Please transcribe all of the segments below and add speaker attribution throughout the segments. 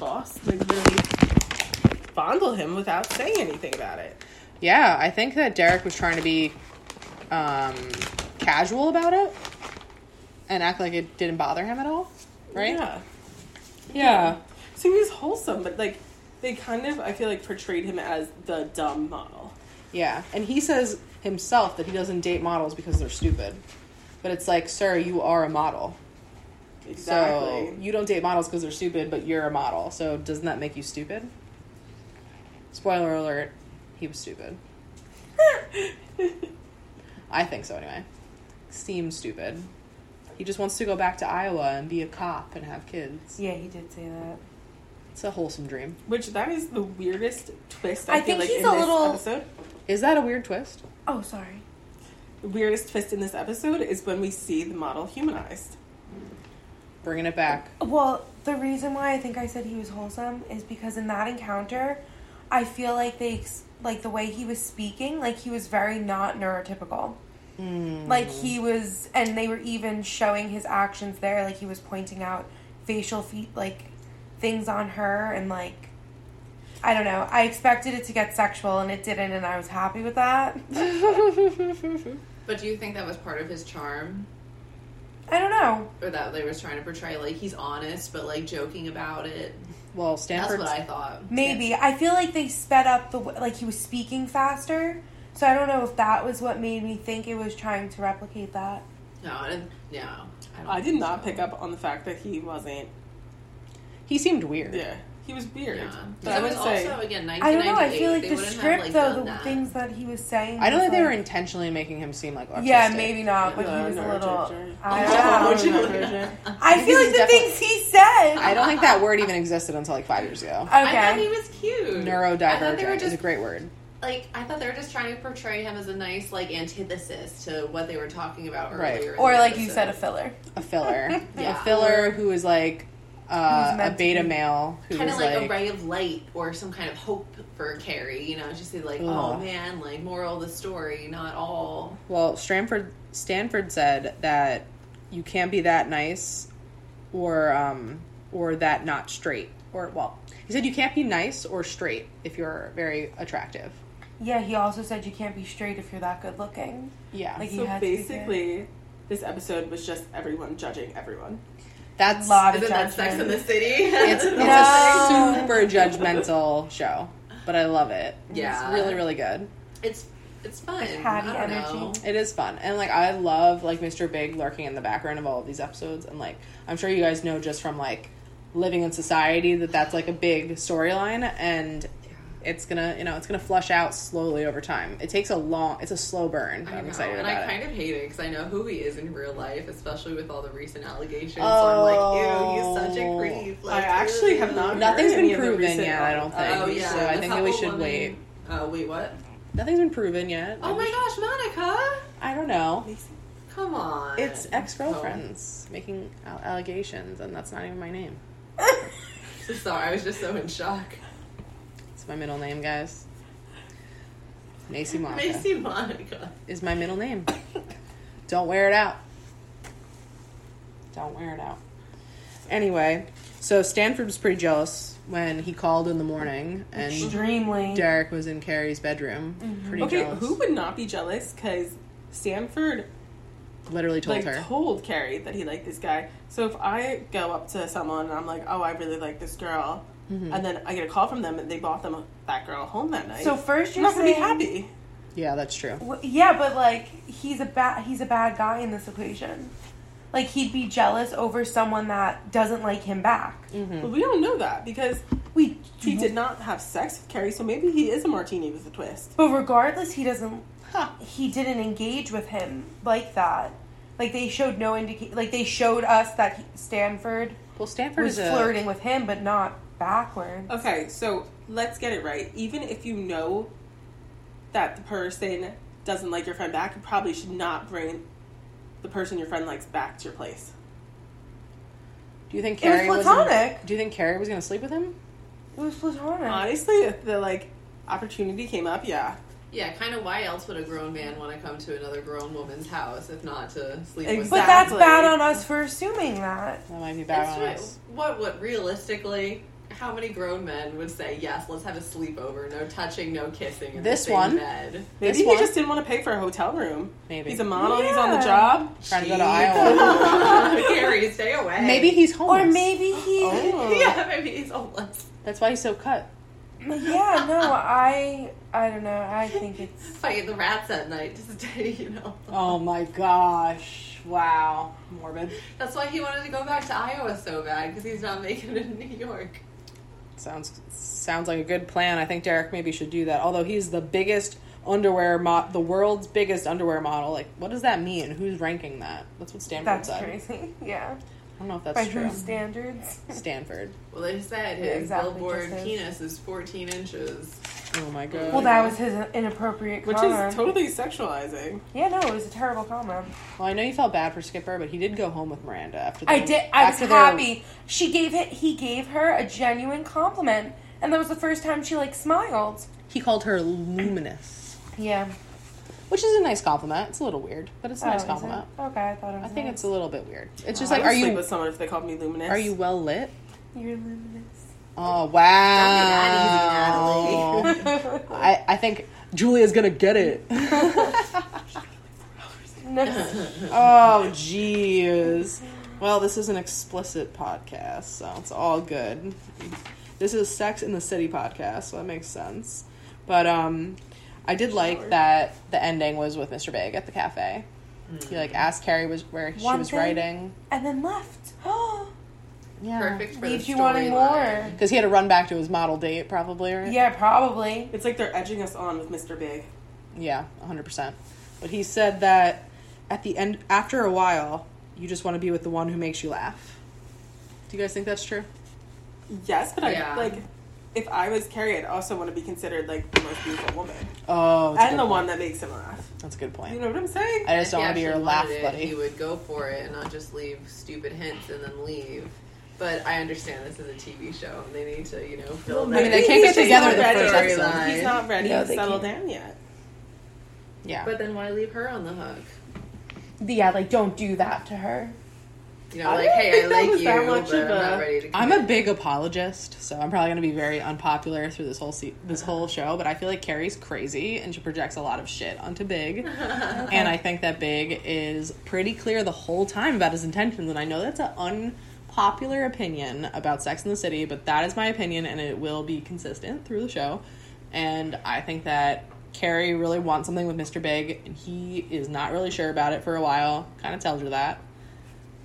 Speaker 1: else, like really fondle him without saying anything about it.
Speaker 2: Yeah, I think that Derek was trying to be um, casual about it and act like it didn't bother him at all, right?
Speaker 1: Yeah.
Speaker 2: Yeah.
Speaker 1: So he was wholesome, but like they kind of I feel like portrayed him as the dumb model.
Speaker 2: Yeah. And he says himself that he doesn't date models because they're stupid. But it's like, sir, you are a model.
Speaker 1: Exactly.
Speaker 2: So you don't date models because they're stupid, but you're a model. So doesn't that make you stupid? Spoiler alert, he was stupid. I think so anyway. Seems stupid. He just wants to go back to Iowa and be a cop and have kids.
Speaker 3: Yeah, he did say that.
Speaker 2: It's a wholesome dream.
Speaker 1: Which that is the weirdest twist
Speaker 3: I
Speaker 1: I, feel
Speaker 3: think
Speaker 1: like
Speaker 3: he's
Speaker 1: in
Speaker 3: a
Speaker 1: this
Speaker 3: little-
Speaker 1: episode.
Speaker 2: Is that a weird twist?
Speaker 3: Oh, sorry.
Speaker 1: The weirdest twist in this episode is when we see the model humanized.
Speaker 2: Bringing it back.
Speaker 3: Well, the reason why I think I said he was wholesome is because in that encounter, I feel like they ex- like the way he was speaking, like he was very not neurotypical. Like he was, and they were even showing his actions there. Like he was pointing out facial feet, like things on her, and like I don't know. I expected it to get sexual, and it didn't, and I was happy with that.
Speaker 4: But do you think that was part of his charm?
Speaker 3: I don't know.
Speaker 4: Or that they was trying to portray like he's honest but like joking about it?
Speaker 2: well,
Speaker 4: That's
Speaker 2: Stanford.
Speaker 4: what I thought.
Speaker 3: Maybe I feel like they sped up the w- like he was speaking faster, so I don't know if that was what made me think it was trying to replicate that.
Speaker 4: No, I didn't no. I, don't
Speaker 1: I did
Speaker 4: think
Speaker 1: not
Speaker 4: so.
Speaker 1: pick up on the fact that he wasn't
Speaker 2: He seemed weird.
Speaker 1: yeah. He was weird.
Speaker 4: Yeah.
Speaker 1: But
Speaker 4: That
Speaker 1: I would
Speaker 4: was
Speaker 1: say
Speaker 4: also again
Speaker 3: I don't know.
Speaker 4: 1998.
Speaker 3: I feel like
Speaker 4: they
Speaker 3: the
Speaker 4: wouldn't
Speaker 3: script
Speaker 4: have, like,
Speaker 3: though,
Speaker 4: done
Speaker 3: the
Speaker 4: that.
Speaker 3: things that he was saying.
Speaker 2: I don't
Speaker 3: was
Speaker 2: think they were
Speaker 3: like-
Speaker 2: intentionally making him seem like autistic.
Speaker 3: Yeah, maybe not, but
Speaker 1: Yeah,
Speaker 3: he was a
Speaker 1: no,
Speaker 3: little.
Speaker 1: Ginger.
Speaker 3: I
Speaker 1: Oh,
Speaker 3: don't know.
Speaker 1: Ginger.
Speaker 3: I feel like
Speaker 2: He's
Speaker 3: the
Speaker 2: definitely-
Speaker 3: things he said.
Speaker 2: I don't think that word even existed until like five years ago.
Speaker 4: I thought he
Speaker 3: Okay.
Speaker 4: was cute. I thought they were
Speaker 2: Neurodivergent is
Speaker 4: just
Speaker 2: a great word.
Speaker 4: like I thought they were just trying to portray him as a nice like antithesis to what they were talking about
Speaker 2: Right.
Speaker 4: earlier. in
Speaker 3: Or
Speaker 4: the
Speaker 3: like you
Speaker 4: episode.
Speaker 3: said, a filler.
Speaker 2: A filler.
Speaker 4: Yeah.
Speaker 2: A filler who is like uh,
Speaker 3: Who's meant
Speaker 2: a
Speaker 3: to
Speaker 2: beta
Speaker 3: be-
Speaker 2: male who
Speaker 4: kind of
Speaker 2: is
Speaker 4: like, a
Speaker 2: like,
Speaker 4: ray of light or some kind of hope for Carrie. You know, just say like, oh
Speaker 2: Ugh.
Speaker 4: man, like moral of the story, not all.
Speaker 2: well, Stanford Stanford said that you can't be that nice or um or that not straight or well, he said you can't be nice or straight if you're very attractive.
Speaker 3: Yeah, he also said you can't be straight if you're that good looking.
Speaker 2: Yeah.
Speaker 3: Like- You
Speaker 1: so
Speaker 3: had to be good.
Speaker 1: basically this episode was just everyone judging everyone.
Speaker 2: that's
Speaker 3: Lot of
Speaker 4: Isn't that Sex in
Speaker 3: judgment.
Speaker 4: the City?
Speaker 2: Mm. it's, it's
Speaker 3: No.
Speaker 2: a super judgmental show, but I love it.
Speaker 4: Yeah.
Speaker 2: It's really really good.
Speaker 4: it's it's fun.
Speaker 3: It's Patty
Speaker 4: I don't
Speaker 3: energy.
Speaker 4: know.
Speaker 2: It is fun. And like I love like Mr. Big lurking in the background of all of these episodes and like I'm sure you guys know just from like living in society that that's like a big storyline and it's gonna you know it's gonna flush out slowly over time. It takes a long it's a slow burn. But
Speaker 4: I
Speaker 2: I'm
Speaker 4: know,
Speaker 2: excited
Speaker 4: and
Speaker 2: about
Speaker 4: I
Speaker 2: it.
Speaker 4: kind of hate it because I know who he is in real life, especially with all the recent allegations.
Speaker 2: Oh.
Speaker 4: so I'm like, ew, he's such a creep. Like,
Speaker 1: I actually have not
Speaker 4: ew.
Speaker 2: Nothing's
Speaker 1: heard any
Speaker 2: been
Speaker 1: of the
Speaker 2: proven
Speaker 1: recent
Speaker 2: yet, I don't think.
Speaker 4: Oh yeah,
Speaker 2: So I
Speaker 4: the
Speaker 2: think that we
Speaker 4: couple
Speaker 2: should
Speaker 4: woman-
Speaker 2: wait.
Speaker 4: Uh, wait, what?
Speaker 2: Nothing's been proven yet.
Speaker 4: Oh my gosh, Monica!
Speaker 2: I don't know.
Speaker 4: Come on.
Speaker 2: It's ex girlfriends making al- allegations and that's not even my name.
Speaker 4: Oh, sorry, I was just so in shock.
Speaker 2: It's my middle name, guys. Macy Monica.
Speaker 4: Macy Monica.
Speaker 2: is my middle name. Don't wear it out. Don't wear it out. Anyway, so Stanford was pretty jealous when he called in the morning and
Speaker 3: Extremely.
Speaker 2: Derek was in Carrie's bedroom. Pretty
Speaker 1: Okay,
Speaker 2: jealous.
Speaker 1: who would not be jealous? Because Stanford
Speaker 2: literally told
Speaker 1: like
Speaker 2: her?
Speaker 1: told Carrie that he liked this guy. So if I go up to someone and I'm like, "Oh, I really like this girl,"
Speaker 2: Mm-hmm.
Speaker 1: and then I get a call from them and they bought them that girl home that night,
Speaker 3: So first
Speaker 1: I'm
Speaker 3: you're
Speaker 1: not gonna be
Speaker 3: saying
Speaker 1: happy.
Speaker 2: yeah, that's true.
Speaker 3: Well, yeah, but like he's a bad he's a bad guy in this equation. Like he'd be jealous over someone that doesn't like him back.
Speaker 1: But we don't know that because
Speaker 3: We
Speaker 1: Mm. he
Speaker 2: Mm-hmm.
Speaker 1: did not have sex with Carrie, so maybe he is a martini with a twist.
Speaker 3: But regardless, he doesn't
Speaker 2: Huh.
Speaker 3: he didn't engage with him like that. Like they showed no indication. Like they showed us that he, Stanford
Speaker 2: Well, Stanford
Speaker 3: was
Speaker 2: is a
Speaker 3: flirting with him, but not backward.
Speaker 1: Okay, so let's get it right. Even if you know that the person doesn't like your friend back, you probably should not bring the person your friend likes back to your place.
Speaker 2: Do you think
Speaker 3: It was
Speaker 2: Carrie
Speaker 3: platonic.
Speaker 2: do you think Carrie was going to sleep with him?
Speaker 3: It was platonic.
Speaker 1: Honestly, if the like opportunity came up, yeah.
Speaker 4: Yeah, kind of. Why else would a grown man want to come to another grown woman's house if not to sleep with?
Speaker 1: Exactly.
Speaker 3: But
Speaker 4: them?
Speaker 3: that's bad on us for assuming that.
Speaker 2: That might be bad
Speaker 4: That's
Speaker 2: on
Speaker 4: right.
Speaker 2: us.
Speaker 4: What? What? Realistically, How many grown men would say yes? Let's have a sleepover. No touching, no kissing. In
Speaker 2: This
Speaker 4: the same
Speaker 2: one.
Speaker 4: bed.
Speaker 1: Maybe
Speaker 2: This
Speaker 1: he
Speaker 2: one-
Speaker 1: just didn't want to pay for a hotel room.
Speaker 2: Maybe.
Speaker 1: He's a model. He's on the
Speaker 3: Yeah.
Speaker 1: job.
Speaker 2: Trying to go to
Speaker 4: Jeez.
Speaker 2: Iowa.
Speaker 4: Gary, stay away.
Speaker 2: maybe he's homeless.
Speaker 3: Or maybe he.
Speaker 1: Oh.
Speaker 4: Yeah, maybe he's homeless.
Speaker 2: that's why he's so cut.
Speaker 3: Yeah, no, I. I don't know. I think it's.
Speaker 4: Fighting the rats at night to stay, you know.
Speaker 2: Oh my gosh! Wow, morbid.
Speaker 4: That's why he wanted to go back to Iowa so bad because he's not making it in New York.
Speaker 2: Sounds sounds like a good plan. I think Derek maybe should do that. Although he's the biggest underwear mo- the world's biggest underwear model. Like, what does that mean? Who's ranking that? That's what Stanford
Speaker 3: That's
Speaker 2: said.
Speaker 3: crazy. Yeah.
Speaker 2: I don't know if that's
Speaker 3: By
Speaker 2: true.
Speaker 3: whose standards?
Speaker 2: Stanford.
Speaker 4: Well, they said
Speaker 3: Yeah,
Speaker 4: his
Speaker 3: exactly,
Speaker 4: billboard
Speaker 3: just his.
Speaker 4: penis is 14 inches.
Speaker 2: Oh my god.
Speaker 3: Well, that was his inappropriate
Speaker 1: Which
Speaker 3: comment.
Speaker 1: is totally sexualizing.
Speaker 3: Yeah, no, it was a terrible comment.
Speaker 2: Well, I know you felt bad for Skipper, but he did go home with Miranda after.
Speaker 3: I
Speaker 2: they-
Speaker 3: did. I was
Speaker 2: after they were-
Speaker 3: happy. She gave it. He gave her a genuine compliment, and that was the first time she like smiled.
Speaker 2: he called her luminous,
Speaker 3: Yeah.
Speaker 2: which is a nice compliment. It's a little weird, but
Speaker 3: Oh,
Speaker 2: it's a nice compliment.
Speaker 3: Okay, I thought it
Speaker 2: I
Speaker 3: was.
Speaker 2: think
Speaker 3: nice.
Speaker 2: it's a little bit weird. It's just
Speaker 1: I
Speaker 2: like,
Speaker 1: would
Speaker 2: are
Speaker 1: sleep
Speaker 2: you
Speaker 1: with someone if they called me luminous?
Speaker 2: are you well lit?
Speaker 3: You're luminous.
Speaker 2: Oh
Speaker 4: that
Speaker 2: wow!
Speaker 4: easy,
Speaker 2: I I think Julia's gonna get it.
Speaker 3: No.
Speaker 2: oh jeez. Well, this is an explicit podcast, so it's all good. This is Sex in the City podcast, so that makes sense. But um, I did like that the ending was with Mr. Big at the cafe. He like asked Carrie was where she
Speaker 3: One
Speaker 2: was
Speaker 3: thing.
Speaker 2: writing.
Speaker 3: and then left. Oh,
Speaker 2: Yeah,
Speaker 4: Perfect for
Speaker 3: leaves
Speaker 4: the
Speaker 3: you wanting more.
Speaker 4: storyline.
Speaker 2: Because he had to run back to his model date, probably. Right?
Speaker 3: Yeah, probably.
Speaker 1: It's like they're edging us on with Mr. Big.
Speaker 2: Yeah, 100%. But he said that at the end, after a while, you just want to be with the one who makes you laugh. Do you guys think that's true?
Speaker 1: Yes, but
Speaker 4: Yeah.
Speaker 1: I like if I was Carrie, I'd also want to be considered like the most beautiful woman
Speaker 2: Oh, that's,
Speaker 1: and the one that makes him laugh.
Speaker 2: that's a good
Speaker 1: You
Speaker 2: point.
Speaker 1: know what I'm saying?
Speaker 2: I just
Speaker 4: If
Speaker 2: don't
Speaker 4: he
Speaker 2: want to be your
Speaker 4: actually
Speaker 2: laugh
Speaker 4: wanted it,
Speaker 2: buddy.
Speaker 4: He would go for it and not just leave stupid hints and then leave. But I understand this is a TV show and they need to, you know, fill
Speaker 1: Well,
Speaker 4: that.
Speaker 2: I mean, they can't
Speaker 1: He's
Speaker 2: get
Speaker 1: just
Speaker 2: together
Speaker 1: not
Speaker 2: the
Speaker 1: ready.
Speaker 2: first
Speaker 4: episode.
Speaker 1: He's not ready
Speaker 3: No,
Speaker 1: to
Speaker 3: they
Speaker 1: settle
Speaker 3: can't.
Speaker 1: down yet.
Speaker 2: yeah.
Speaker 4: But then why leave her on the hook?
Speaker 3: Yeah, like don't do that to her.
Speaker 4: You know,
Speaker 1: I
Speaker 4: like,
Speaker 1: didn't
Speaker 4: hey, I
Speaker 1: think that
Speaker 4: like
Speaker 1: was
Speaker 4: you,
Speaker 1: that
Speaker 4: but
Speaker 1: much of
Speaker 4: I'm not
Speaker 1: a-
Speaker 4: ready to.
Speaker 2: I'm a
Speaker 4: commit.
Speaker 2: big apologist, so I'm probably going to be very unpopular through this whole se- this whole show. But I feel like Carrie's crazy, and she projects a lot of shit onto Big. And I think that Big is pretty clear the whole time about his intentions. And I know that's an unpopular opinion about Sex in the City, but that is my opinion, and it will be consistent through the show. And I think that Carrie really wants something with Mr. Big, and he is not really sure about it for a while. Kind of tells her that,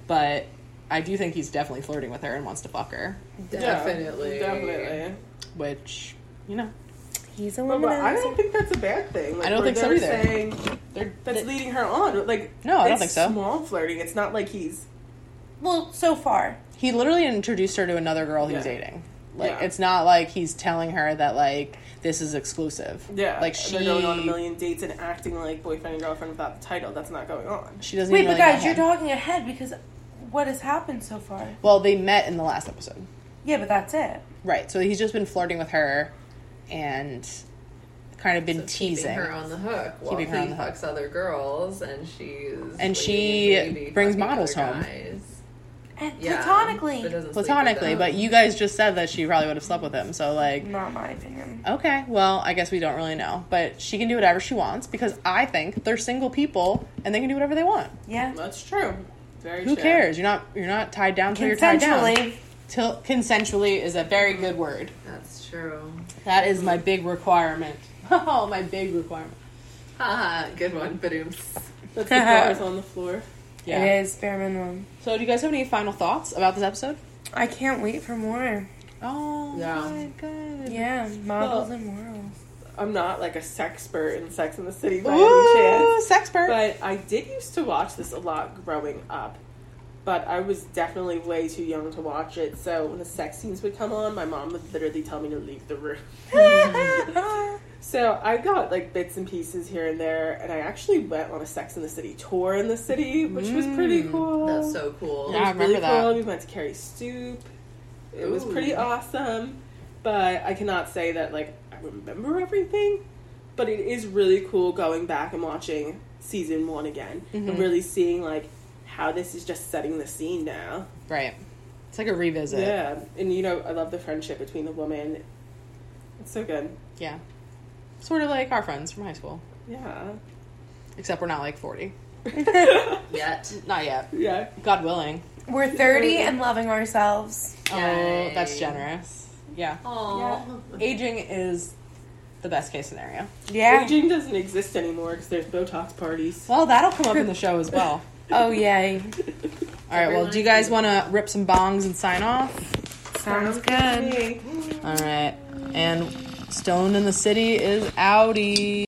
Speaker 2: but. I do think he's definitely flirting with her and wants to fuck her
Speaker 4: Definitely.
Speaker 1: Yeah, definitely.
Speaker 2: which you know
Speaker 3: He's a
Speaker 1: But,
Speaker 3: woman.
Speaker 1: but I don't think that's a bad thing. Like,
Speaker 2: I don't
Speaker 1: where
Speaker 2: think so
Speaker 1: they're
Speaker 2: either.
Speaker 1: Saying
Speaker 2: they're
Speaker 1: that's
Speaker 2: they-
Speaker 1: leading her on. Like
Speaker 2: No, I don't
Speaker 1: it's
Speaker 2: think so.
Speaker 1: Small flirting. It's not like he's
Speaker 3: Well, so far.
Speaker 2: he literally introduced her to another girl he's
Speaker 1: Yeah.
Speaker 2: dating like
Speaker 1: Yeah.
Speaker 2: it's not like he's telling her that like this is exclusive
Speaker 1: yeah.
Speaker 2: like she
Speaker 1: they're going on a million dates and acting like boyfriend and girlfriend without the title. That's not going on.
Speaker 2: she doesn't
Speaker 3: Wait,
Speaker 2: even
Speaker 3: but
Speaker 2: really know
Speaker 3: guys, you're
Speaker 2: him.
Speaker 3: talking ahead because what has happened so far?
Speaker 2: well they met in the last episode
Speaker 3: Yeah, but that's it.
Speaker 2: right so he's just been flirting with her and kind of been
Speaker 4: So
Speaker 2: teasing
Speaker 4: Keeping her on the hook. While
Speaker 2: Keeping her
Speaker 4: he
Speaker 2: on the hook.
Speaker 4: fucks other girls, and she's
Speaker 2: And
Speaker 4: leaving
Speaker 2: she
Speaker 4: baby,
Speaker 2: brings
Speaker 4: fucking
Speaker 2: models
Speaker 4: other
Speaker 2: home.
Speaker 4: guys.
Speaker 3: And
Speaker 4: Yeah,
Speaker 3: platonically,
Speaker 4: but doesn't sleep with
Speaker 2: platonically
Speaker 4: them.
Speaker 2: but you guys just said that she probably would have slept with him so like
Speaker 3: not my opinion.
Speaker 2: Okay, well, I guess we don't really know, but she can do whatever she wants because I think they're single people and they can do whatever they want.
Speaker 3: Yeah,
Speaker 1: That's true. Very.
Speaker 2: Who
Speaker 1: true.
Speaker 2: cares? You're not you're not tied down till you're tied down.
Speaker 3: consensually.
Speaker 2: Till consensually is a very good word.
Speaker 4: That's true.
Speaker 2: That is my big requirement. Oh, my big requirement.
Speaker 4: Haha, good one. Badooms.
Speaker 1: That's the bars on the floor.
Speaker 2: Yeah.
Speaker 3: It is bare minimum.
Speaker 2: So, do you guys have any final thoughts about this episode?
Speaker 3: I can't wait for more.
Speaker 2: Oh
Speaker 4: Yeah.
Speaker 2: my god.
Speaker 3: Yeah, models
Speaker 1: Well,
Speaker 3: and morals.
Speaker 1: I'm not like a sexpert in Sex in the City by any chance.
Speaker 2: Ooh, sexpert.
Speaker 1: But I did used to watch this a lot growing up, but I was definitely way too young to watch it. So when the sex scenes would come on, my mom would literally tell me to leave the room. So I got like bits and pieces here and there, and I actually went on a Sex in the City tour in the city, which was pretty cool.
Speaker 4: That's so cool.
Speaker 1: It
Speaker 2: Yeah. I
Speaker 1: was really
Speaker 2: remember that.
Speaker 1: cool. We went to Carrie Stoop. It was
Speaker 4: Ooh.
Speaker 1: pretty awesome, but I cannot say that like I remember everything. But it is really cool going back and watching season one again and really seeing like how this is just setting the scene now.
Speaker 2: right. It's like a revisit.
Speaker 1: Yeah, and you know, I love the friendship between the woman. It's so good.
Speaker 2: Yeah. Sort of like our friends from high school,
Speaker 1: Yeah.
Speaker 2: except we're not like 40.
Speaker 4: Yet.
Speaker 2: Not yet.
Speaker 1: yeah.
Speaker 2: God willing.
Speaker 3: We're 30 and loving ourselves.
Speaker 2: Oh,
Speaker 4: Yay.
Speaker 2: that's generous. Yeah.
Speaker 4: Aww.
Speaker 2: Aging is the best case scenario.
Speaker 3: Yeah.
Speaker 1: Aging doesn't exist anymore because there's Botox parties.
Speaker 2: Well, that'll come up in the show as well.
Speaker 3: Oh, yay.
Speaker 2: All right. Well, do you guys want to rip some bongs and sign off?
Speaker 3: Sounds good.
Speaker 1: Hey.
Speaker 2: All right. And Stone in the City is outie.